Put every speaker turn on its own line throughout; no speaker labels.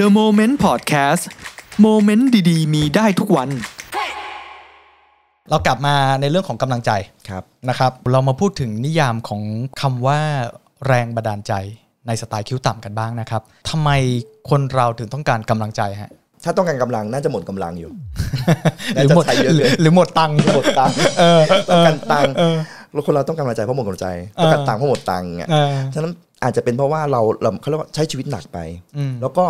The Moment Podcast โมเมนต์ดีๆ มีได้ทุกวัน
เรากลับมาในเรื่องของกำลังใจ
ครับ
นะครับ เรามาพูดถึงนิยามของคำว่าแรงบันดาลใจในสไตล์คิ้วต่ำกันบ้างนะครับทำไมคนเราถึงต้องการกำลังใจฮะ
ถ้าต้องการกำลังน่าจะหมดกำลัง อยู่
ห
น่า
รือ
จะ
หมด
ใช้เยอะ
หรื
เล
อยหรือหมดตังค์
หมดตังค์
เออ
ต้องการตังค์
เออ
แล้วคนเราต้องการกำลังใจเพราะหมดกำลังใจต้องการตังค์เพราะหมดตังค์ไง
เออ
ฉะนั้นอาจจะเป็นเพราะว่าเราเราเขาเรียกว่าใช้ชีวิตหนักไป
อืม
แล้วก็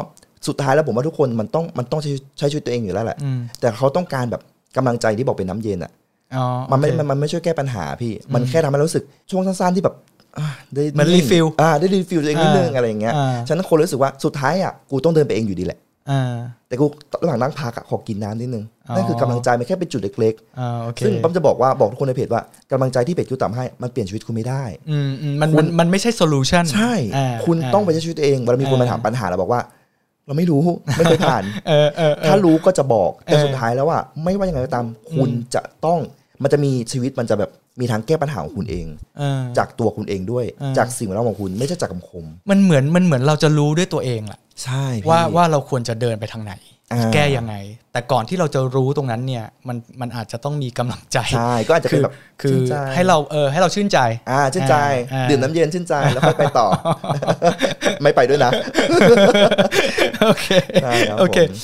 สุดท้ายแล้วผมว่าทุกคนมันต้องมันต้องใช้ใช้ชีวิตตัวเองอยู่แล้วแหละ
อืม
แต่เขาต้องการแบบกำลังใจที่บอกเป็นน้ำเย็นอ่ะ
อ๋อ
มันไม่
โอเค
มันมันไม่ช่วยแก้ปัญหาพี่ มันแค่ทำให้รู้สึกช่วงสั้นๆที่แบบอ่าได้
เหมือน
ง
refill
อ่าได้รีฟิลตัวเองนิดนึง
อ่า
อะไรอย่างเงี้ย
อ่า
ฉะนั้นคนรู้สึกว่าสุดท้ายอ่ะกูต้องเดินไปเองอยู่ดีแหละ
อ่า
แต่กูระหว่างนั่งพักอะขอกินน้ำนิดนึง
อ๋อ
นั่นคือกำลังใจมันแค่เป็นจุดเล็ก
อ่าโอเค
ๆ ซึ่งปั๊มจะบอกว่าบอกทุกคนในเพจว่ากำลังใจที่เพจยูต่ำให้มันเปลี่ยนชีวิตคุณไม่ได้
อืมอืมมันมันมันไม่ใช่โซลูชัน
ใช่ คุณต้องไปใช้ชีวิตตัวเองเวลามีคนมาถามปัญหาเราบอกว่า เราไม่รู้ ไม่เคยผ่าน
เออเออเออ
ถ้ารู้ก็จะบอกแต่
เออ
สุดท้ายแล้วว่าไม่ว่ายังไงก็ตามคุณ
อืม
จะต้องมันจะมีชีวิตมันจะแบบมีทางแก้ปัญหาของคุณเอง
เออ
จากตัวคุณเองด้วย
เออ
จากสิ่งแวดล้อมของคุณไม่ใช่จากสังคม
มันเหมือนมันเหมือนเราจะรู้ด้วยตัวเองแหละ
ใช่พี่
ว่าว่าเราควรจะเดินไปทางไหน
อ่า
แก้ยังไง แต่ก่อนที่เราจะรู้ตรงนั้นเนี่ยมันมันอาจจะต้องมีกำลังใจ
ใช่ก็อาจจะ
คื
เป็น
อ
แบบ
คือ
ชื่นใจ
ให้เราเออให้เราชื่นใจ
อ่าชื่นใจ
อ่าอ่า
ดื่มน้ำเย็นชื่นใจแล้วค่อยไปต่ อ ไม่ไปด้วยนะ
โอเค
ใช่ครับ
โอเค
ผม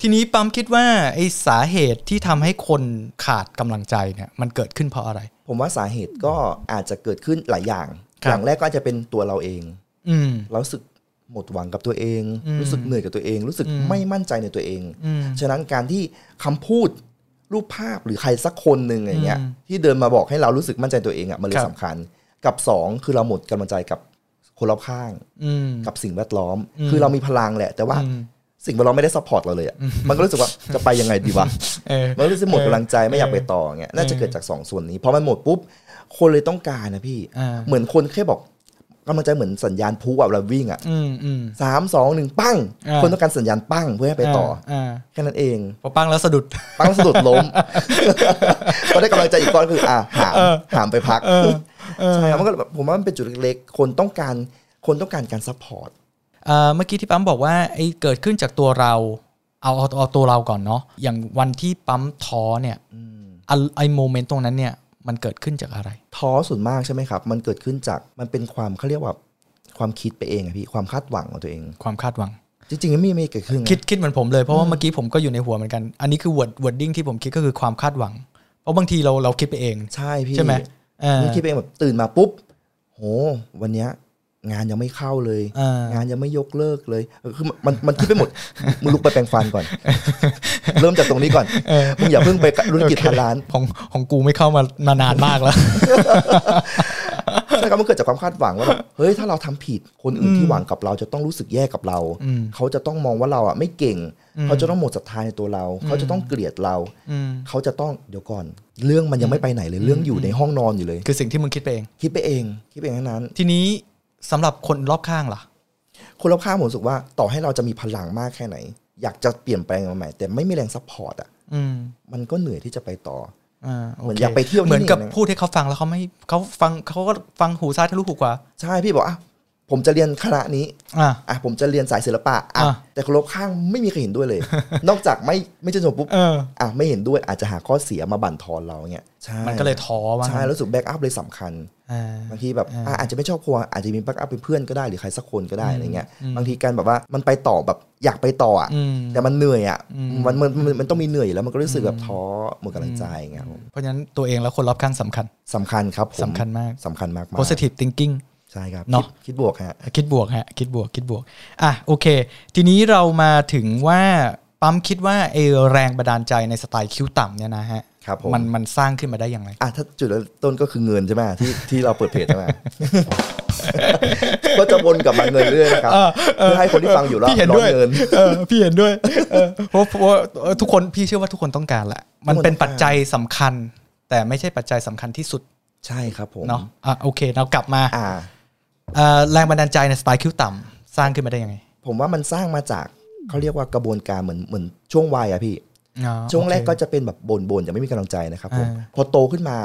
ทีนี้ปั๊มคิดว่าไอ้สาเหตุที่ทำให้คนขาดกำลังใจเนี่ยมันเกิดขึ้นเพราะอะไร
ผมว่าสาเหตุก็อาจจะเกิดขึ้นหลายอย่าง
ครับ
อย่างแรกก็อาจจะเป็นตัวเราเอง
อืม
เรารู้สึกหมดหวังกับตัวเอง
อืม
รู้สึกเหนื่อยกับตัวเอง รู้สึก
อืม
ไม่มั่นใจในตัวเอง
อืม
ฉะนั้นการที่คำพูดรูปภาพหรือใครสักคนหนึ่งอย่างเงี้ย
อืม
ที่เดินมาบอกให้เรารู้สึกมั่นใจตัวเองอ่ะมันเล
ค
ย
รับ
สำคัญ กับสองคือเราหมดกำลังใจกับคนรอบข้าง
อืม
กับสิ่งแวดล้อม
อืม
คือเรามีพลังแหละ แต่ว่า
อืม
สิ่งแวดล้อมไม่ได้ซัพพอร์ตเราเลยอะมันก็รู้สึกว่าจะไปยังไงดีวะ
เออ
มันรู้สึกหมดกำลังใจไม่อยากไปต่อเงี้ยน่าจะ
เออ
เกิดจากสองส่วนนี้พอมันหมดปุ๊บ คนเลยต้องการนะพี่
อ่า
เหมือนคนแค่บอกกำลังใจเหมือนสัญญาณพลุอะเราวิ่งอะ
อืมอืม
สามสองหนึ่งปั้ง
อ่า
คนต้องการสัญญาณปั้งเพื่อให้ไปต่อ
อ่าา
แค่นั้นเอง
พอปังแล้วสะดุด
ปั้งสะดุดล้ม พอได้กำลังใจอีกก้อนคืออ่ะหามหามไปพัก
เออเออ
ใช่ครับมันก็แบบผมว่ามันเป็นจุดเล็กๆคนต้องการคนต้องการการซัพพอร์ต
เอ่อเมื่อกี้ที่ปั๊มบอกว่าไอ้เกิดขึ้นจากตัวเราเอาเอาเอาตัวเราก่อนเนาะอย่างวันที่ปั๊มท้อเนี่ยอันไอ้โมเมนต์ตรงนั้นเนี่ยมันเกิดขึ้นจากอะไร
ท้อส่วนมากใช่ไหมครับ มันเกิดขึ้นจากมันเป็นความเขาเรียกว่าความคิดไปเองอะพี่ความคาดหวังของตัวเอง
ความคาดหวัง
จริงๆไม่ไม่เกิดขึ้นนะ
คิดคิดเหมือนผมเลยเพราะว่าเมื่อกี้ผมก็อยู่ในหัวเหมือนกัน อันนี้คือ word wording ที่ผมคิดก็คือความคาดหวัง เพราะบางทีเราเราคิดไปเอง
ใช่พี่
ใช่ไหมเออ
มันคิดไปเองแบบตื่นมาปุ๊บโหวันเนี้ยงานยังไม่เข้าเลย
อ่าง
งานยังไม่ยกเลิกเลยเออคือมันมันคิดไป หมด มึงลุกไปแปรงฟันก่อน เริ่มจากตรงนี้ก่อนมึงอย่าเพิ่งไปธุรกิจพันล้าน
ของของกูไม่เข้ามามานานมากแล้ว
ใช่ครับมันเกิดจากความคาดหวังว่าแบบเฮ้ยถ้าเราทำผิดคนอื่นที่หวังกับเราจะต้องรู้สึกแย่กับเรา
อืม
เขาจะต้องมองว่าเราอ่ะไม่เก่ง
อืม
เขาจะต้องหมดศรัทธาในตัวเรา เขาจะต้องเกลียดเรา
อืม
เขาจะต้องเดี๋ยวก่อน เรื่องมันยังไม่ไปไหนเลยเรื่องอยู่ในห้องนอนอยู่เลย
คือสิ่งที่มึงคิดไปเอง
คิดไปเอง คิดไปเองทั้งนั้น
ทีนี้สำหรับคนรอบข้างล่ะ
คนรอบข้างผมรู้สึกว่าต่อให้เราจะมีพลังมากแค่ไหน อยากจะเปลี่ยนแปลงมาใหม่แต่ไม่มีแรงซัพพอร์ตอ่ะ
อืม
มันก็เหนื่อยที่จะไปต่อ
อ่าโค
เหมือนอยากไปเที่ยวที่
เหมือนกับ
นี่นะ
พูดให้เขาฟังแล้วเขาไม่เขาฟังเขาก็ฟังหูซ้ายทะลุหูขวา
ใช่พี่บอกอ่ะผมจะเรียนคณะนี้
อ่า
อ่ะผมจะเรียนสายศิลปะอ่ะ
อ่ะ
แต่คนรอบข้างไม่มีใครเห็นด้วยเลย นอกจากไม่ไม่ชื่นชมปุ๊บ
เออ
อ่ะไม่เห็นด้วยอาจจะหาข้อเสียมาบั่นทอนเราเนี่ยใช่
มันก็เลยท้อว่า
ใช่รู้สึกแบ็กอัพเลยสำคัญ
อ่า
บางทีแบบ
อ่า
อ่ะอาจจะไม่ชอบครัวอาจจะมีแบ็กอัพเป็นเพื่อนก็ได้หรือใครสักคนก็ได้อะไรเงี้ย
อืม
บางทีการแบบว่ามันไปต่อแบบอยากไปต่ออ่ะ
อืม
แต่มันเหนื่อยอ่ะ
อืม
มันมันมันมันต้องมีเหนื่อยอยู่แล้วมันก็รู้สึกแบบท้อหมดกำลังใจเงี้ยครับผม
เพราะฉะนั้นตัวเองและคนรอบข้างสำคัญ
สำคัญครับผม
สำคัญมาก
สำคัญมากๆ
positive thinking
ใช่ครับ
เนอะ
คิดคิดบวกฮะ
คิดบวกฮะคิดบวกคิดบวกอ่ะโอเค ทีนี้เรามาถึงว่าปั๊มคิดว่าไอแรงบันดาลใจในสไตล์คิ้วต่ำเนี่ยนะฮะ
ครับผม
มันมันสร้างขึ้นมาได้อย่างไร
อ่ะถ้าจุดเริ่มต้นก็คือเงินใช่ไหมที่ที่เราเปิดเพจ ใช่ไหม ก็จะวนกลับมาเงินเรื่อยนะครับเพื่อให้คนที่ฟังอยู่รอบ
พี่เห็น
ร้อ
ด้วย
นเงิน
เออพี่เห็นด้วยเออเพราะเพราะว่าเออทุกคนพี่เชื่อว่าทุกคนต้องการแหละ มันเป็นปัจจัยสำคัญ แต่ไม่ใช่ปัจจัยสำคัญที่สุด
ใช่ครับผม
เนาะอ่ะโอเคเรากลับมา
อ่า
เอ่อแรงบันดาลใจในสไตล์คิ้วต่ำสร้างขึ้นมาได้ยังไง
ผมว่ามันสร้างมาจากเขาเรียกว่ากระบวนการเหมือนเหมือนช่วงวัยอะพี่
อ๋อ
ช่วงแรก
โอเค
ก็จะเป็นแบบบ่นๆยังไม่มีกำลังใจนะครับผม
อ่า
พอโตขึ้นมา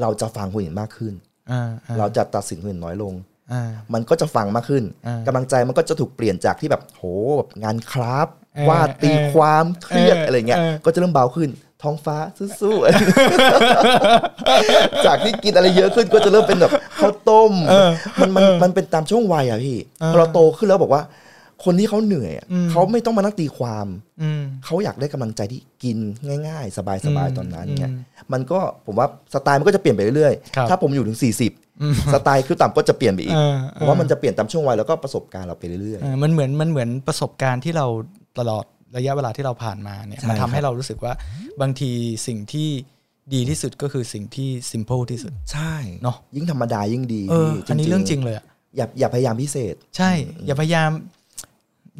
เราจะฟังคนอื่นมากขึ้น
อ่าอ่า
เราจะตัดสินคนอื่นน้อยลง
อ่า
มันก็จะฟังมากขึ้น
อ่าก
ำลังใจมันก็จะถูกเปลี่ยนจากที่แบบโหแบบงานคราฟต์
เออ
วาดตี
เออ
ความเครียด
เอออ
อะไรเงี้ย
เออ
ก็จะเริ่มเบาขึ้นท้องฟ้าสู้ๆ จากที่กินอะไรเยอะขึ้นก็จะเริ่มเป็นแบบข้าวต้มมันมันมันเป็นตามช่วงวัยอะพี่พอเราโตขึ้นแล้วบอกว่า คนที่เขาเหนื่อยอะเขาไม่ต้องมานั่งตีความ
อืม
เขาอยากได้กำลังใจที่กินง่าย ๆ สบายๆตอนนั้นเนี่ย
อืม
มันก็ผมว่าสไตล์มันก็จะเปลี่ยนไปเรื่อย
ครับ
ๆ ถ้าผมอยู่ถึง 40 สไตล์คือต่ำก็จะเปลี่ยนไปอีก
เออ
ผมว่ามันจะเปลี่ยนตามช่วงวัยแล้วก็ประสบการณ์เราไปเรื่อย
เออมันเหมือนมันเหมือนประสบการณ์ที่เราตลอดระยะเวลาที่เราผ่านมาเนี่ย
ใช่
มัน
ครั
ทำ
บ
ให้เรารู้สึกว่าบางทีสิ่งที่ดีที่สุดก็คือสิ่งที่ simple ที่สุด
ๆ ใช่
เนอะ
ยิ่งธรรมดายิ่งดี
เออ
พี่
อันนี้เรื่องจริงเลยอะ
อย่าอย่าพยายามพิเศษ
ใช่ อย่าพยายาม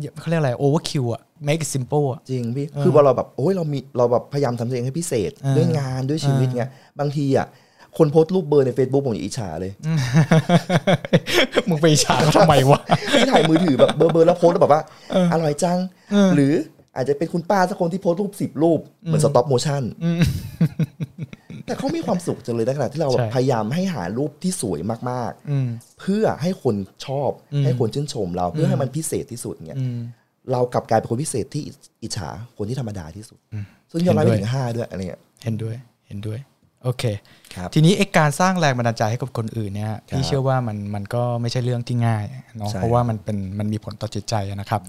อย่าเขาเรียกอะไร overkill อะ make it simple อะ
จริงพี่คือพอเราแบบโอ้ยเรามีเราแบบพยายามทำตัวเองให้พิเศษ
เออ
ด้วยงานด้วยชีวิตเงี้ยบางทีอ่ะคนโพสต์รูปเบอร์ใน Facebook ผมอย่างอิจฉาเลย
มึงไปฉาเขาทำไมวะ
ที่ถ่ายมือถือแบบเบอร์เบอร์แล้วโพสต์แล้วแบบว่า อร่อยจัง
เออ
หรืออาจจะเป็นคุณป้าสักคนที่โพสต์รูปสิบรูป เหมือนสต็อปโมชั่น แต่เขามีความสุขจังเลยในขณะที่เราแบบ
ใช่
พยายามให้หารูปที่สวยมาก
อืม
ๆ เพื่อให้คนชอบ
อืม
ให้คนชื่นชมเราเพื่อให้มันพิเศษที่สุดเนี่ย
อืม
เรากลับกลายเป็นคนพิเศษที่อิจฉาคนที่ธรรมดาที่สุด
อืม
ซึ่งยอมรับ
เห็นด้ว
ไป
ย
ถึงห้าด้วยอะไรเงี้ย
เห็นด้วยเห็นด้วย โอเค
ครับ
ทีนี้ไอการสร้างแรงบันดาลใจให้กับคนอื่นเนี่ย
ครั
พี่
บ
เชื่อว่ามันมันก็ไม่ใช่เรื่องที่ง่ายเนาะ
ใช่
เพราะว่ามันเป็นมันมีผลต่อจิตใจนะครับ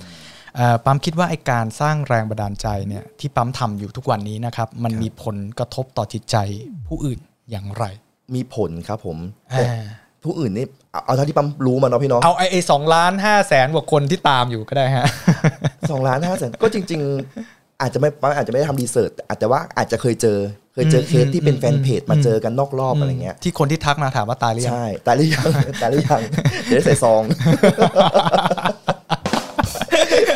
เอ่อปั๊มคิดว่าไอการสร้างแรงบันดาลใจเนี่ยที่ปั๊มทำอยู่ทุกวันนี้นะครับ มันมีผลกระทบต่อจิตใจผู้อื่นอย่างไร
มีผลครับผมแต่
อ่า
ผู้อื่นนี่เอาเอาเท่าที่ปั๊มรู้มาเนาะพี่เนาะ
เอาไอไอสองล้านห้าแสนกว่าคนที่ตามอยู่ก็ได้ฮะ
สองล้านห้าแสนก็จริง ๆ อาจจะไม่อาจจะไม่ได้ทำรีเสิร์ชอาจจะว่าอาจจะเคยเจอ เคยเจอเคสที่เป็นแฟนเพจมาเจอกันนอกรอบอะไรเงี้ย
ที่คนที่ทักมาถามว่าตายหรือยัง
ใช่ตายหรือยัง ตายหรือยังเดี๋ยวได้ใส่ซ อง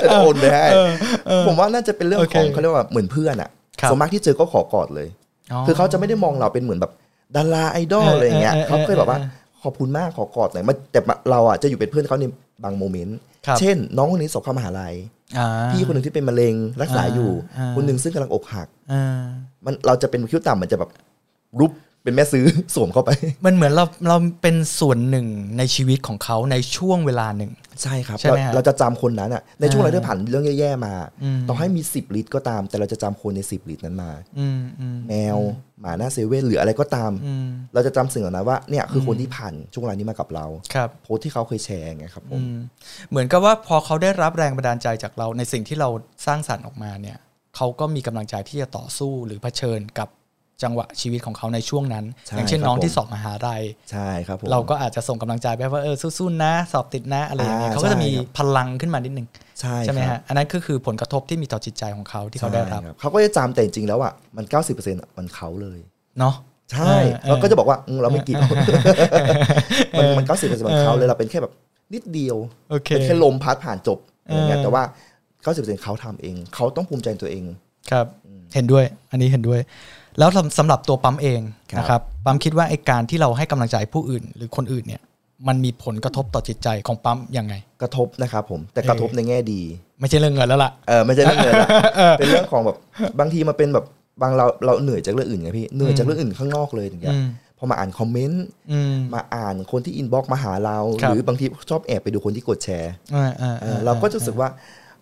จะโอนไปให้ผมว่าน่าจะเป็นเรื่องของเขาเรียกว่าเหมือนเพื่อนอ่ะ
ครับ
ส่วนมากที่เจอก็ขอกอดเลย คือเขาจะไม่ได้มองเราเป็นเหมือนแบบดาราไอดอล
เออ
อะไรอย่างเงี้ย
เออเออ
เขาเคยแบบว่า
เออ
ขอบคุณมากขอกอดหน่อยมันแต่เราอ่ะจะอยู่เป็นเพื่อนเขาในบางโมเมนต์
ครับ
เช่น น้องคนนี้สอบเข้ามหาลัย
อ่า
พี่คนหนึ่งที่เป็นมะเร็งรักษาอยู่
อ่าอ่า
คนหนึ่งซึ่งกำลังอกหัก
อ่า
มันเราจะเป็นคิ้วต่ำมันจะแบบรูปเป็นแม่ซื้อ สวมเข้าไป
มันเหมือนเราเราเป็นส่วนหนึ่งในชีวิตของเขาในช่วงเวลาหนึ่ง
ใช่ครับ
ใช่ไหมฮะ
เราจะจำคนนั้นอ่ะในช่วง
อ่า
เราได้ผ่านเรื่องแย่ๆมา
อืม
ต่อให้มี 10 ลิตรก็ตาม แต่เราจะจำคนใน 10 ลิตรนั้นมา
อืมอืม
แมวหมาหน้าเซเว่นหรืออะไรก็ตาม
อืม
เราจะจำสิ่งเหล่านั้นว่าเนี่ยคือคนที่ผ่านช่วงเวลานี้มากับเรา
ครับ
โพสต์ที่เขาเคยแชร์ไงครับผ
อื
ม
มเหมือนกับว่าพอเขาได้รับแรงบันดาลใจจากเราในสิ่งที่เราสร้างสรรค์ออกมาเนี่ยเขาก็มีกำลังใจที่จะต่อสู้หรือเผชิญกับจังหวะชีวิตของเขาในช่วงนั้น อย่างเช่นน้องที่สอบมหาลัย
ใช่ครับผม
เราก็อาจจะส่งกำลังใจไปว่าเออสู้ๆนะ สอบติดนะอะไรอย่างเงี้ย
อ่า
เขาก็จะมี
ใช่ครับ
พลังขึ้นมานิดนึง
ใช่
ใช่ไหม
ครั
ฮะ
บ
อันนั้นก็คือผลกระทบที่มีต่อจิตใจของเขาที่เขาได้รับ
ใช่คเขาก็จะจำแต่จริงๆแล้วอ่ะมัน 90%อะมันเขาเลย
เนาะ
ใช่
เออ
เราก็จะบอกว่าอืมเราไม่เกี่ยวมันมันเก้าสิบเปอร์เซ็นต์ของเขา
เออ
เลยเราเป็นแค่แบบนิดเดียว
โอเค
เป็นแค่ลมพัดผ่านจบอะไรเงี้ย
เออ
แต่ว่าเก้าสิบเปอร์เซ็นต์เขาทำเอง เขาต้องภูมิใจในตัวเอง
ครับเห็นด้วยอันนี้เห็นด้วย แล้วสำสำหรับตัวปั๊มเอง
ครับ
นะครับปั๊มคิดว่าไอการที่เราให้กำลังใจผู้อื่น หรือคนอื่นเนี่ยมันมีผลกระทบต่อจิตใจของปั๊มยังไง
กระทบนะครับผมแต่กระทบในแง่ดี
ไม่ใช่เรื่องเงินแล้วล่ะ
เออไม่ใช่เรื่องเงินอะเป็นเรื่องของแบบบางทีมันเป็นแบบบางเราเราเหนื่อยจากเรื่องอื่นไงพี่เหนื่อยจากเรื่องอื่นข้างนอกเลยอย่างเงี้ย
อืม
พอมาอ่านคอมเมนต์
อืม
มาอ่านคนที่อินบ็อกมาหาเรา
ครับ
หรือบางทีชอบแอบไปดูคนที่กดแชร์
อ่าอ่า
เอ
อ่า
อเราก็จะรู้สึกว่า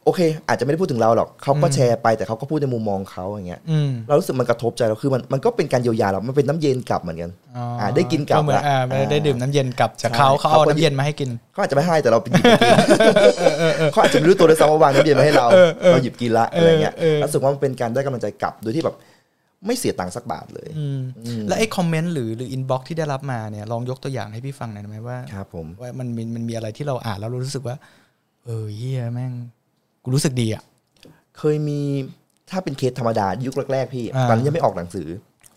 โอเค อาจจะไม่ได้พูดถึงเราหรอกเขาก็แชร์ไปแต่เขาก็พูดในมุมมองเขาอย่างเงี้ย
อืม
เรารู้สึกมันกระทบใจเราคือมันมันก็เป็นการเยียวยาเรามันเป็นน้ำเย็นกลับเหมือนกัน
อ๋ออ่
าได้กินกลับ
เหมือน
ละ
อ่า
อ่า
ได้ดื่มน้ำเย็นกลับจากเขา
ใช่
เขาเอา
เขาก็
น้ำเย็นมาให้กิน
เขาอาจจะไม่ให้แต่เราไปหยิบไปกินเขาอาจจะไม่รู้ตัวด้วยซ้ำว่าวางน้ำเย็นมาให้เราเราหยิบกินละอะไรเงี้ย
เออเออ
รู้สึกว่ามันเป็นการได้กำลังใจกลับโดยที่แบบไม่เสียตังค์สักบาทเลย
อืมและไอคอมเมนต์หรือหรืออินบ็อกที่ได้รับมาเนี่ยลองยกตัวอย่างให้พี่ฟังหน่อยได้ไหมว่า
ครับผม
ว่ามันมีมันมีอะไรที่เราอ่านแล้วเรารู้สึกว่า เออเฮียแม่งกูรู้สึกดีอ่ะ
เคยมีถ้าเป็นเคสธรรมดายุคแรกๆพี่
อ่า
ตอนนี้นยังไม่ออกหนังสือ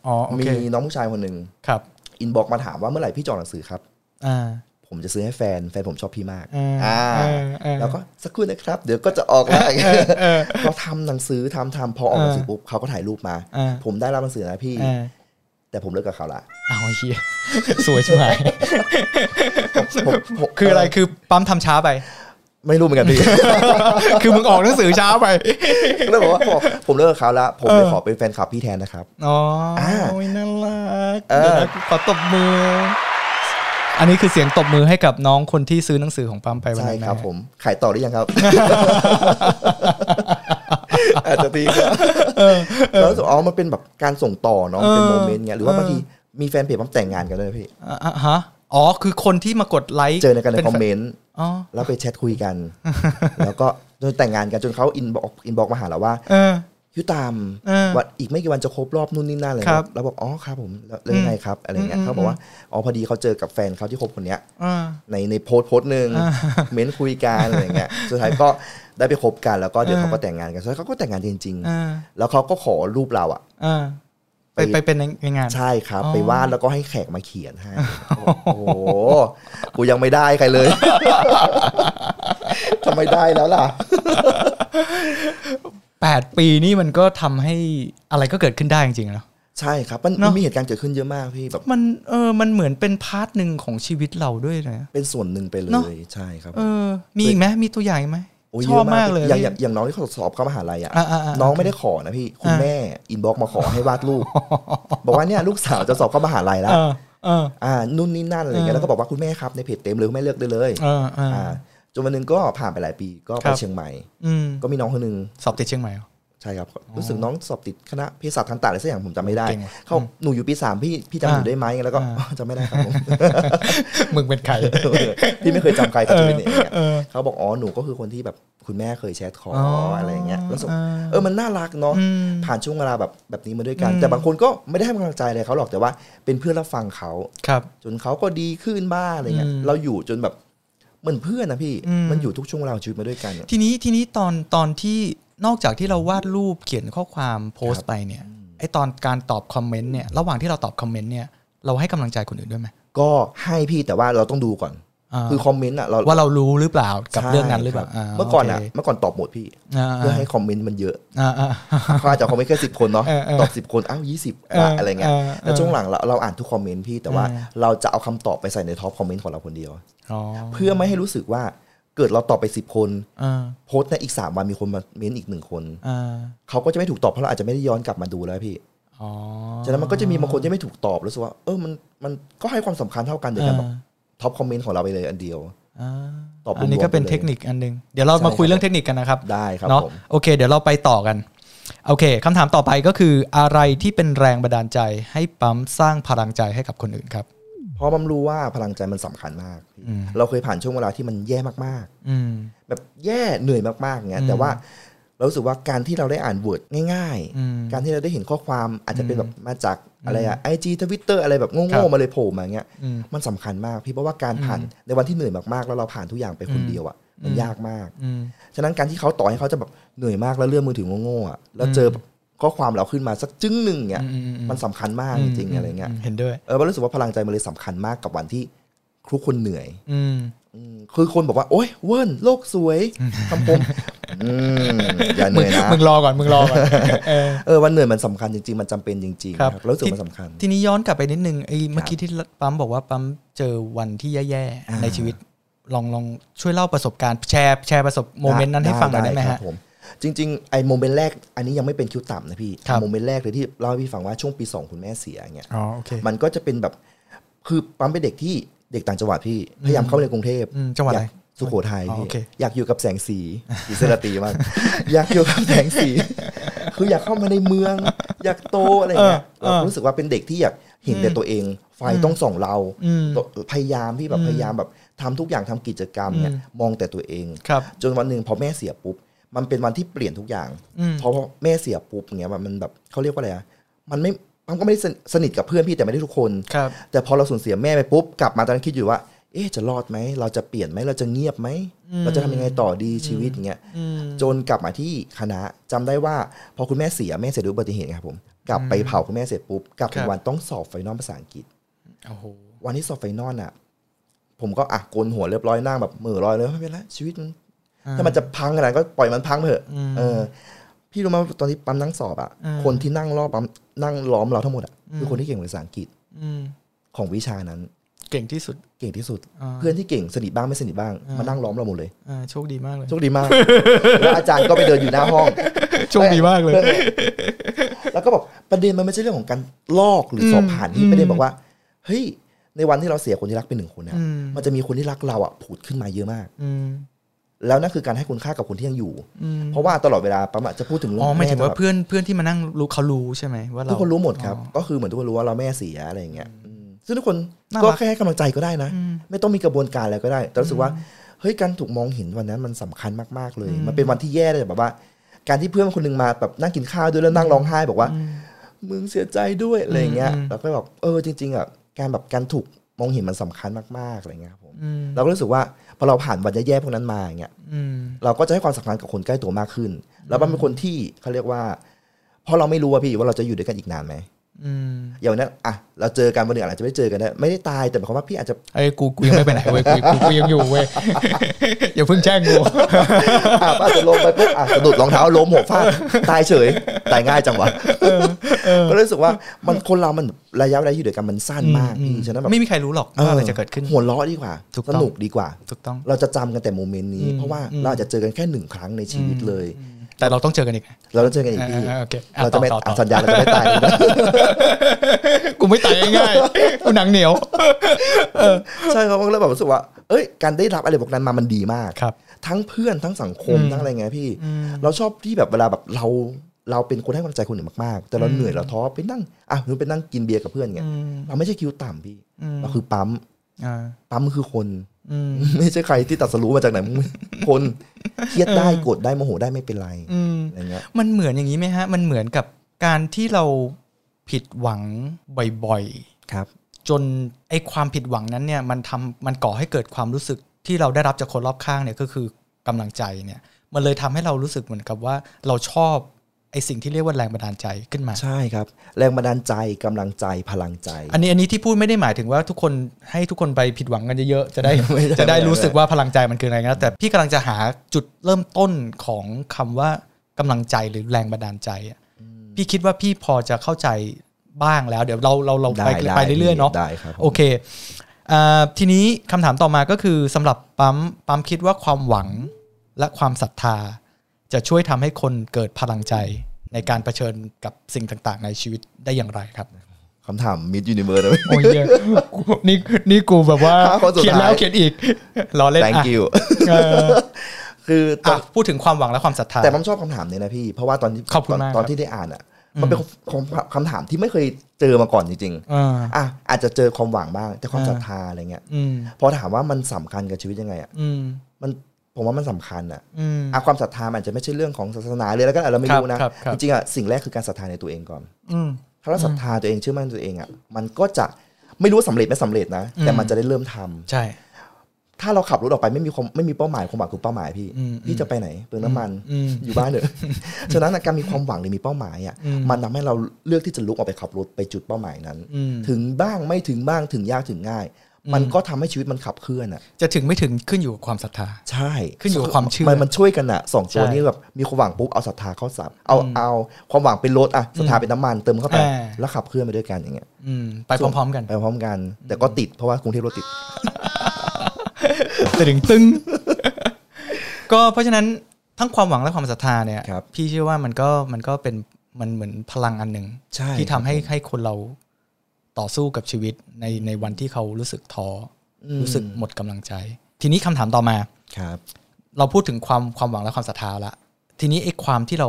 อ๋อ
อ
โอ
มี
เค
น้องผู้ชายคนหนึ่ง
ครับ
อินบ็อกมาถามว่าเมื่อไหร่พี่จะออกหนังสือครับ
อ่า
ผมจะซื้อให้แฟนแฟนผมชอบพี่มาก
อ่าเออเออ
แล้วก็สักครู่นะครับ เดี๋ยวก็จะออกแล้วเราทำหนังสือทำทำพอออกหนังสือปุ๊บเขาก็ถ่ายรูปมา
อ่า
ผมได้รับหนังสือนะพี่
อ่า
แต่ผมเลิกกับเขา ละ
เอาเฮียสวยชิบหาย
ผมผม
คืออะไรคือปั๊มทำช้าไป
ไม่รู้เหมือนกันพี่
คือมึงออกหนังสือช้าไป
แล้วบอกว่าผมผมเลิกกับเขาละผมเลยขอเป็นแฟนคลับพี่แทนนะครับ
อ๋อ
อ่า
โอ้ยน่ารัก
เออ
เดี๋ยวนะกูขอตบมือ อันนี้คือเสียงตบมือให้กับน้องคนที่ซื้อหนังสือของปั๊มไปวัน
ใช่
นั้น
ครับ
นะฮะ
ผมขายต่อหรื อยังครับ อาจจะตีครับแล้วรู้สึกอ๋อมันเป็นแบบการส่งต่อเนาะมันเป็น
เออ
โมเมนต์เงี้ยหรือว่า
เออ
บางทีมีแฟนเพจมันแต่งงานกันด้วยพี่
อ่ะอ่ะฮะอ๋อคือคนที่มากดไลค์
เจอในกันใน
ป็
คอมเม
แฟ
นต์
อ๋อ
แล้วไปแชทคุย กัน แล้วก็จนแต่งงานกันจนเขาอินบอกอินบอกมาหาเราว่า
เออ
ยูตาม
เออ
ว่าอีกไม่กี่วันจะครบรอบนู่นนี่นั่นอะไร
ครับ
เราบอกอ๋อครับผมแล้วแล้วยังไงครับอะไรเงี้ย
อืม
เขาบอกว่าอ๋อพอดีเขาเจอกับแฟนเขาที่คบคนเนี้ย
อ่า
ในในโพสต์โพสต์ หนึ่งเม้นคุยกันอะไรเงี้ยสุดท้ายก็ได้ไปคบกันแล้วก็เดี๋ยว
เออ
เขาก็แต่งงานกันสุดท้ายเขาก็แต่งงานจริง
อ่า
ๆ แล้วเขาก็ขอรูปเราอ่ะ
อ่าไปไปเป็นในงาน
ใช่ครับ
อ๋อ
ไปวาดแล้วก็ให้แขกมาเขียน ให้โอ้โหกูยังไม่ได้ใครเลย ทำไมได้แล้วล่ะ
แปดปีนี่มันก็ทำให้อะไรก็เกิดขึ้นได้จริงๆเนาะ
ใช่ครับมัน
เนอะ
มีเหตุการณ์เกิดขึ้นเยอะมากพี่แบบ
มันเออมันเหมือนเป็นพาร์ทหนึ่งของชีวิตเราด้วยนะ
เป็นส่วนหนึ่งไปเล
เนอะ
ยใช่ครับ
เออ มีอีกไหมมีตัวอย่างอีกไหม
โย
ชอบมากเลย
อะอย่างอ
พี่
ย่างอย่างน้องที่เขาสอบเข้ามหาลัยอ่ะ
อ่าอ่าอ่า
น้องไม่ได้ขอนะพี่คุณ
อ่า
แม่อินบ็อกมาขอให้วาดรู ปบอกว่าเนี่ยลูกสาวจะสอบเข้ามหาลัยแล้ว
เออเออ
อ่านู่นนี่นั่นอะไรเงี้
เออ
ยแล้วก็บอกว่าคุณแม่ครับในเพจเต็มเลยคุณแม่เลือกได้เลย
เออเออ
อ่าจนวันหนึงก็ผ่านไปหลายปีก็
ค
ไป
รับ
เชียงใหม่
อืม
ก็มีน้องคนหนึง
สอบติดเชียงใหม่เหรอ
ใช่ครับรู้สึกน้องสอบติดคณะเภสัชทันตะอะไรสักอย่างผมจำไม่ได้
เก่งว่ะ
เขาหนูอยู่ปีสามพี่พี่จำหนูได้ไหมแล้วก็
อ่า
อ๋อจำไม่ได้ครับผม
มึงเป็นใคร
พี่ไม่เคยจำใครกับชีวิตเนี่ย
เอ อ
เขาบอกอ๋อหนูก็คือคนที่แบบคุณแม่เคยแชทขอ
อ
อะไรเงี้ยรู้สึก
เออ
เออมันน่ารักเนาะ
อืม
ผ่านช่วงเวลาแบบแบบนี้มาด้วยกัน
อืม
แต่บางคนก็ไม่ได้ให้กำลังใจอะไรเขาหรอกแต่ว่าเป็นเพื่อนรับฟังเขา
ครับ
จนเขาก็ดีขึ้นบ้างอะไรเงี้ย
อืม
เราอยู่จนแบบเหมือนเพื่อนนะพี่
อืม
มันอยู่ทุกช่วงเวลาของชีวิตมาด้วยกันเนี่ย
ทีนี้ทีนี้ตอนตอนที่นอกจากที่เราวาดรูปเขียนข้อความโพสต์ไปเนี่ยไอตอนการตอบคอมเมนต์เนี่ยระหว่างที่เราตอบคอมเมนต์เนี่ยเราให้กำลังใจคนอื่นด้วยไหม
ก็ให้พี่แต่ว่าเราต้องดูก่อน
า
คือคอมเมนต์อ่ะเรา
ว่าเรารู้หรือเปล่ากับเรื่องนั้นหรือเปล่า
ใช่คบเมื่อก่อนอ่ะเมื่อก่อนตอบหมดพี่
อ่า
เพื่อให้คอมเมนต์มันเยอะ
อ่าอ่า
เขาอาจจะคอมเมนต์แค่สิบคนเนาะ
เออเออ
ตอบสิบคนอ้าวยี่สิบ
เอออ
อะไรเงี้ย
เออเออ
แต่ช่วงหลังเราเราอ่านทุกคอมเมนต์พี่แต่ว่า
เออ
เราจะเอาคำตอบไปใส่ในท็อปคอมเมนต์ของเราคนเดียว
อ๋อ
เพื่อไม่ให้รู้สึกว่าเกิดเราตอบไปสิบคน
อ่า
โพสต์ในอีกสามวันมีคนมาเม้นต์อีกหนึ่งคน
อ่า
เขาก็จะไม่ถูกตอบเพราะเราอาจจะไม่ได้ย้อนกลับมาดูแล้วพี่
อ๋อ
ฉะนั้นมันก็จะมีบางคนที่ไม่ถูกตอบรู้สึกว่าเออมันมันก็ให้ความสำคัญเท่ากันเดี๋ยวกันแบบท็อปคอมเมนต์ของเราไปเลยอันเดียว
อ่า
ตอบรวมๆ
อันนี้ก็เป็นเทคนิคอันหนึง เดี๋ยวเรา
ใช่
มาคุย
ครับ
เรื่องเทคนิคกันนะครับ
ได้ครับ
เนาะ
ผม
โอเค เดี๋ยวเราไปต่อกัน โอเคคำถามต่อไปก็คืออะไรที่เป็นแรงบันดาลใจให้ปั๊มสร้างพลังใจให้กับคนอื่นครับ
เพราะมันรู้ว่าพลังใจมันสำคัญมาก
อืม
เราเคยผ่านช่วงเวลาที่มันแย่มาก
อืม
ๆ แบบแย่เหนื่อยมากๆเงี้
อื
ย
ม
แต่ว่าเรารู้สึกว่าการที่เราได้อ่านเวิร์ดง่าย
อืม
การที่เราได้เห็นข้อความอาจจะเป็นแบบมาจากอะไรอะไอจีทวิตเตอร์อะไรแบบ
ครั
โง่
บ
ๆมาเลยโผล่มาเงี้ย
อืม
มันสำคัญมากพี่เพราะว่าการผ่านในวันที่เหนื่อยมากๆ แล้วเราผ่านทุกอย่างไปคนเดียวอะมัน
อืม
ยากมาก
อืม
ฉะนั้นการที่เขาต่อให้เขาจะแบบเหนื่อยมากแล้วเลื่อนมือถือโง่ๆอะแล้วเจอแบบข้อความเราขึ้นมาสักจึ้งหนึ่งเนี่ย
อืมอืมอืม
มันสำคัญมากจริงๆอะไรเงี้ย
มเห็นด้วย
เออเรารู้สึกว่าพลังใจมันเลยสำคัญมากกับวันที่ทุกคนเหนื่อย
อืม
อืมคือคนบอกว่า โอ๊ยเวิร์นโลกสวยคำผมอืมอย่าเห
มึ
นื่
ง
อยนะ
มึงรอก่อน มึงรอก่อน เออ
เออวันเหนื่อยมันสำคัญจริงๆ มันจำเป็นจริงๆ
ครับ
ครับแล้วรู้สึกมันสำคัญ
ทีนี้ย้อนกลับไปนิดนึงไอ้เมื่อกี้ที่ปั๊มบอกว่าปั๊มเจอวันที่แย่
อ่า
ๆในชีวิต ลองลองช่วยเล่าประสบการณ์แชร์แชร์ประสบโมเมนต์นั้นให้ฟังหน่อยได้ไหม
ค
ฮะ
รับผมจริงๆไอ้โมเมนต์แรกอันนี้ยังไม่เป็นคิวต่ำนะพี่
ครับ
โมเมนต์แรกเลยที่เล่าให้พี่ฟังว่าช่วงปีสองคุณแม่เสียอย่างเงี้ย
อ๋อโอเค
มันก็จะเป็นแบบคือปั๊มเป็นเด็กที่เด็กต่างจังหวัดพี่พยายามเข้าไปในกรุงเทพ
อืมจังหวัดอะไร
ยากสุโขทัย
อ๋อ
พี่
โอเค
อยากอยู่กับแสงสีสีเสนราตรีมาก อยากอยู่กับแสงสี คืออยากเข้ามาในเมือง อยากโตอะไรเงี้ย
เออ
เรา
เออ
รู้สึกว่าเป็นเด็กที่อยากเห็นแต่ตัวเอง ไฟต้องส่องเรา
อืม
ตัวพยายามพี่แบบพยายามแบบทำทุกอย่างทำกิจกรรมเนี่ย
อืม
มองแต่ตัวเอง
ครับ
จนวันหนึ่งพอแม่เสียปุ๊บ มันเป็นวันที่เปลี่ยนทุกอย่าง
อืม
พอแม่เสียปุ๊บเงี้ยมันแบบเขาเรียกว่าอะไรอะมันไม่มันก็ไม่ได้สนิทกับเพื่อนพี่แต่ไม่ได้ทุกคน
ครับ
แต่พอเราสูญเสียแม่ไปปุ๊บกลับมาตอนนั้นคิดอยู่ว่า เอ๊ะจะรอดไหม เราจะเปลี่ยนไหมเราจะเงียบไหม เราจะทำยังไงต่อดีชีวิตอย่างเงี้ย
อืม
จนกลับมาที่คณะจำได้ว่า พอคุณแม่เสียแม่เสียด้วยอุบัติเหตุไงครับผมกลับไปเผาคุณแม่เสร็จปุ๊บกลับไป
ครับ
วันต้องสอบไฟนอลภาษาอังกฤษ
โอ้โห
วันที่สอบไฟนอลอ่ะ ผมก็อ่ะโกนหัวเรียบร้อยนั่งแบบเหมือลอยเลยไม่เป็นไรชีวิตมันถ้ามันจะพังขนาดนั้นก็ปล่อยมันพังไปเถอะ
อืม
เออ พี่รู้ไหมว่าตอนที่ปั๊มนั่งสอบอ่ะ
อืม
คนที่นั่งรอบปั๊มนั่งล้อมเราทั้งหมดอ่ะคือคนที่เก่งภาษาอังกฤษ
อืม
ของวิชานั้น
เก่งที่สุด
เก่งที่สุด
อ่า
เพื่อนที่เก่งสนิทบ้างไม่สนิทบ้างมานั่งล้อมเราหมดเลย
อ่าโชคดีมากเลย
โชคดีมาก แล้วอาจารย์ก็ไปเดินอยู่หน้าห้อง
โชคดีมากเลย
แล้วก็บอกประเด็นมันไม่ใช่เรื่องของการลอกหรืออสอบผ่านที่ประเด็นบอกว่า เฮ้ย ในวันที่เราเสียคนที่รักเป็นหนึ่งคนเนี่ย
อืม
มันจะมีคนที่รักเราอ่ะผุดขึ้นมาเยอะมาก
อืม
แล้วนั่นคือการให้คุณค่ากับคนที่ยังอยู่
อืม
เพราะว่าตลอดเวลาปั๊มอะจะพูดถึงเรื่
อ๋อหมายถึงว่า
แตลด
เพื่อนเพื่อนที่มานั่งรู้เขารู้ใช่ไหมว่าเรา
ทุกคนรู้หมดครับ ก็คือเหมือนทุกคนรู้ว่าเราแม่เสียอะไรอย่างเงี้ยอืมซึ่งทุกคน
น่ารัก
ก็แค่ให้กำลังใจก็ได้นะ
อืม
ไม่ต้องมีกระบวนการอะไรก็ได้ แต่รู้สึกว่า เฮ้ย การถูกมองเห็นวันนั้นมันสำคัญมากๆเลย
อืม
มันเป็นวันที่แย่เลยแบบว่า การที่เพื่อนคนหนึงมาแบบนั่งกินข้าวด้วยแล้วนั่งร้องไห้บอกว่า
อืม
มึงเสียใจด้วยอะไรอย่างเงี้ย
อืม
แล้วก็แบบเออจริงๆอ่ะ การแบบการถูกมองเห็นมันสำคัญมากๆอะไรเงี้ยครับผม
อืม
เราก็รู้สึกว่าพอเราผ่านวันแย่ๆพวกนั้นมาอย่างเงี้ย
อืม
เราก็จะให้ความสำคัญกับคนใกล้ตัวมากขึ้น แล้วมันเป็นคนที่เขาเรียกว่าเพราะเราไม่รู้ว่าพี่ว่าเราจะอยู่ด้วยกันอีกนานไหม
อืม
อย่างวันนั้นอ่ะเราเจอกันวันหนึ่งอาจจะไม่เจอกันได้ไม่ได้ตายแต่หมายความว่าพี่อาจจะ
ไอ้ยกูกูยังไม่ไปไหนเว้ยกูกูกูยังอยู่เว้ย อย่าเพิ่งแช่งกู
อ่ะอาจจะลงไปปุ๊บอ่ะสะดุดรองเท้าล้มหัวฟาดตายเฉย ตายง่ายจังวะก็รู้สึกว่ามันคนเรามันระยะเวลาที่อยู่ด้วยกันมันสั้นมากพี่ฉะนั้นแบบ
ไม่มีใครรู้หรอกว่าอะไรจะเกิดขึ้น
หัวเราะดีกว่า
ถูก
ส
ต้อง
นุกดีกว่า
ถูกต้อง
เราจะจำกันแต่โมเมนต์นี้
อืม
เพราะว่า
อืม
เราอาจจะเจอกันแค่หนึ่งครั้งในชีวิตเลย
อืมแต่เราต้องเจอกันอีกนะ
เราจะเจอกันอีกพี่
อ่าๆโอเคอ่ะ
เราจะไม่
ต่อต่อ
อ่ะสัญญาเราจะไม่ตาย กันนะ
กูไม่ตายง่าย ๆกูหนังเหนียว
ใช่ครับเราแบบรู้สึกว่า เอ้ยการได้รับอะไรพวกนั้นมามันดีมาก
ครับ
ทั้งเพื่อนทั้งสังคม
อืม
ทั้งอะไรเงี้ยพี่
อืม
เราชอบที่แบบเวลาแบบเราเราเป็นคนให้กำลังใจคนอื่นมากๆ แต่เรา
อืม
เหนื่อยเราท้อไปนั่งอ่ะหนูไปนั่งกินเบียร์กับเพื่อนเงี้ย
อืม
เราไม่ใช่คิวต่ำพี่
ม
เราคือปั๊ม
อ่า
ปั๊มคือคน
อืม
ไม่ใช่ใครที่ตัดสรู้มาจากไหนมึง คนเครียดได้โกรธได้โมโหได้ไม่เป็นไร
อืม
อะไรเงี้ย
มันเหมือนอย่างนี้ไหมฮะ มันเหมือนกับการที่เราผิดหวังบ่อย
ครับ
ๆ จนไอความผิดหวังนั้นเนี่ยมันทำมันก่อให้เกิดความรู้สึกที่เราได้รับจากคนรอบข้างเนี่ยก็คือกำลังใจเนี่ย มันเลยทำให้เรารู้สึกเหมือนกับว่าเราชอบไอสิ่งที่เรียกว่าแรงบันดาลใจขึ้นมา
ใช่ครับ แรงบันดาลใจกำลังใจพลังใจ
อันนี้อันนี้ที่พูดไม่ได้หมายถึงว่าทุกคนให้ทุกคนไปผิดหวังกันเยอะๆจะได้
ไม่ได้
จะได้
ไม่ได้
รู้สึกว่าพลังใจมันคืออะไรนะแต่พี่กำลังจะหาจุดเริ่มต้นของคำว่ากำลังใจหรือแรงบันดาลใจอะพี่คิดว่าพี่พอจะเข้าใจบ้างแล้ว เดี๋ยวเราเราเราไป
ด้
ไปเรื่อยๆเนาะ
ได้ครับผม
โอเคอ่าทีนี้คำถามต่อมาก็คือสำหรับปั๊มปั๊มคิดว่าความหวังและความศรัทธา จะช่วยทำให้คนเกิดพลังใจในการเผชิญกับสิ่งต่างๆ ในชีวิตได้อย่างไรครับ
คำถามมิดยูนิเวอร์นะพี่
โอ้ยเหี้ยกูนี่นี่กูแบบว่า
ครับคนสุด
เขียนแล้ว
ท้าย
เขียนอีก รอเล่น
thank
อ่ะ
you
เออ
คือตอ
อ่ะ
น
พูดถึงความหวังและความศรัทธา
แต่ผมชอบคำถามนี้นะพี่ เพราะว่าตอนที่
ขอบคุณ
ตน
มาก
ตอ
ค
น
รับ
ที่ได้อ่านอ่ะ มันเป็นของคำถามที่ไม่เคยเจอมาก่อนจริง
อ่า
ๆอ่ะอาจจะเจอความหวังบ้าง แต่ความศรัทธาอะไรเงี้ย
อืม
พอถามว่ามันสำคัญกับชีวิตยังไงอ่ะ
อืม
มันผมว่ามันสำคัญอ่ะ
อืม
อ่ะความศรัทธามันอาจจะไม่ใช่เรื่องของศาสนาเลยแล้วก็เราไม่รู้นะครับ
ครับครับ
จริงๆอ่ะสิ่งแรกคือการศรัทธาในตัวเองก่อน
อืม
ถ้าเราศรัทธาตัวเองเชื่อมั่นตัวเองอ่ะมันก็จะไม่รู้ว่าสำเร็จไม่สำเร็จนะ แต่
อืม
มันจะได้เริ่มทำ
ใช่
ถ้าเราขับรถออกไปไม่มีความไม่มีเป้าหมายความหวังคือเป้าหมายพี่
อืม
พี่จะไปไหนเติมน้ำมัน
อืม
อยู่บ้านเถอะ ฉะนั้นการมีความหวังหรือมีเป้าหมายอ่ะ
อืม
มันทำให้เราเลือกที่จะลุกออกไปขับรถไปจุดเป้าหมายนั้น
อืม
ถึงบ้างไม่ถึงบ้างถึงยากถึงง่าย
อืม
มันก็ทำให้ชีวิตมันขับเคลื่อนอ่ะ
จะถึงไม่ถึงขึ้นอยู่กับความศรัทธา
ใช่
ขึ้นอยู่กับความเชื่อ
มันมันช่วยกันอ่ะสองตัว
ใช่
นี้แบบมีความหวังปุ๊บเอาศรัทธาเข้าสับเอา
อืม
เอาความหวังเป็นรถอ่ะศรัทธาเป็นน้ำมันเติมเข้าไป
อ่า
แล้วขับเคลื่อนไปด้วยกันอย่างเงี้ย
อืม ไปพร้อมๆกัน
ไปพร้อมกัน แต่ก็ติดเพราะว่ากรุงเทพรถติด
แต่ถึงตึ ง ก็เพราะฉะนั้นทั้งความหวังและความศรัทธาเนี่ย
ครับ
พี่เชื่อว่ามันก็มันก็เป็นมันเหมือนพลังอันหนึ่ง
ใช่
ที่ทำให้
ครับผม
ให้คนเราต่อสู้กับชีวิตในในวันที่เขารู้สึกท้อ รู้สึกหมดกำลังใจ ทีนี้คำถามต่อมา
ครับ
เราพูดถึงความความหวังและความศรัทธาละทีนี้ไอ้ความที่เรา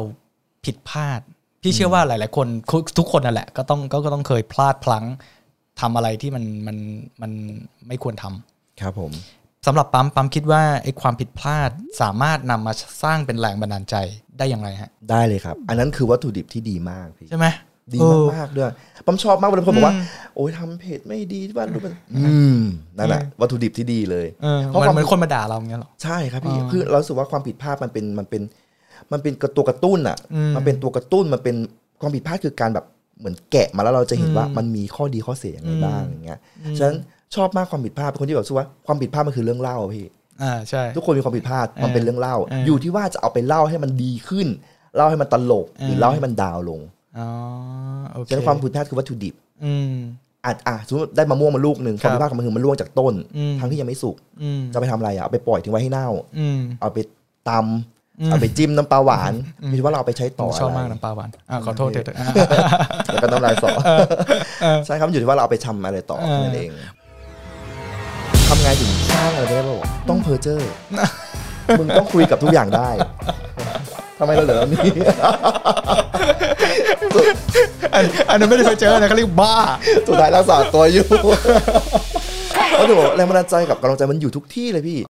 ผิดพลาด พี่เชื่อว่าหลาย ๆ คนคุทุกคนนั่นแหละก็ต้องก็ก็ต้องเคยพลาดพลั้งทำอะไรที่มันมันมันไม่ควรทำ
ครับผม
สำหรับปั๊มปั๊มคิดว่าไอ้ความผิดพลาดสามารถนำมาสร้างเป็นแรงบันดาลใจได้อย่างไรฮะ
ได้เลยครับ อันนั้นคือวัตถุดิบที่ดีมากพี่
ใช่ไหม
ดี
เออ
มากๆด้วยปั๊มชอบมากเวลาคนบอกว่า
อืม
โอ้ยทำเพจไม่ดีว่ารูปมันอืมนั่นแหละวัตถุดิบที่ดีเลย
เออ
เพราะ
มัน
ความ
เหมือนคนมาด่าเราอย่างเงี้ยหรอ
ใช่ครับพี่
อ่า
คือเรารู้สึกว่าความผิดพลาดมันเป็นมันเป็น มันเป็นกระตัวกระตุ้นอ่ะ
อืม
มันเป็นตัวกระตุ้นมันเป็นความผิดพลาดคือการแบบเหมือนแกะมาแล้วเราจะเห็นว่ามันมีข้อดีข้อเสียยังไงบ้าง
อืม
อย่างเงี้ยฉะนั้นชอบมากความผิดพลาดเป็นคนที่แบบรู้สึกว่าความผิดพลาดมันคือเรื่องเล่าอะพี่
อ่าใช่
ทุกคนมีความผิดพลาดมันเป็นเรื่องเล่า
เอออ
อยู่ที่ว่าจะเอาไปเล่าให้มันดีขึ้น เล่าให้มันตลกหรือ
เออ
เล่าให้มันดาวลง
อ๋อโอเค
ฉะนั้นความผิดพลาดคือวัตถุดิบ
อืม
อาจอ่ะสมมติได้มะม่วงมาลูกหนึ่ง
ค
ค
รับ
วามผิดพลาดของมันคือมันร่วงจากต้น
อืม
ทั้งที่ยังไม่สุก
อืม
จะไปทำอะไรอ่ะเอาไปปล่อยทิ้งไว้ให้เน่า
อืม
เอาไปต
อืม
ำเอาไปจิ้มน้ำปลาหวานมีว่าเราเอาไปใช้ต่อ
ผมชอบมาก
ะไร
น้ำปลาหวานอ่าขอโทษเถอะ
แล้วก็น้ำลายสอใช่ครับมันอยู่ที่ว่าเราเอาไปทำอะไรต่อ
เออ
นั่นเอง ทำไงถึงสร้างอะไรได้บ้างบอกต้องเพอร์เจอร์มึงต้องคุยกับทุกอย่างได้ทำไมเราเหลือแบบนี้
อันอันนั้นไม่ได้ไปเจอนะเขาเรียกบ้า
สุดท้ายรักษาตัวอยู่ แล้วหนูบอกแรงบันดาลใจกับกำลังใจมันอยู่ทุกที่เลยพี่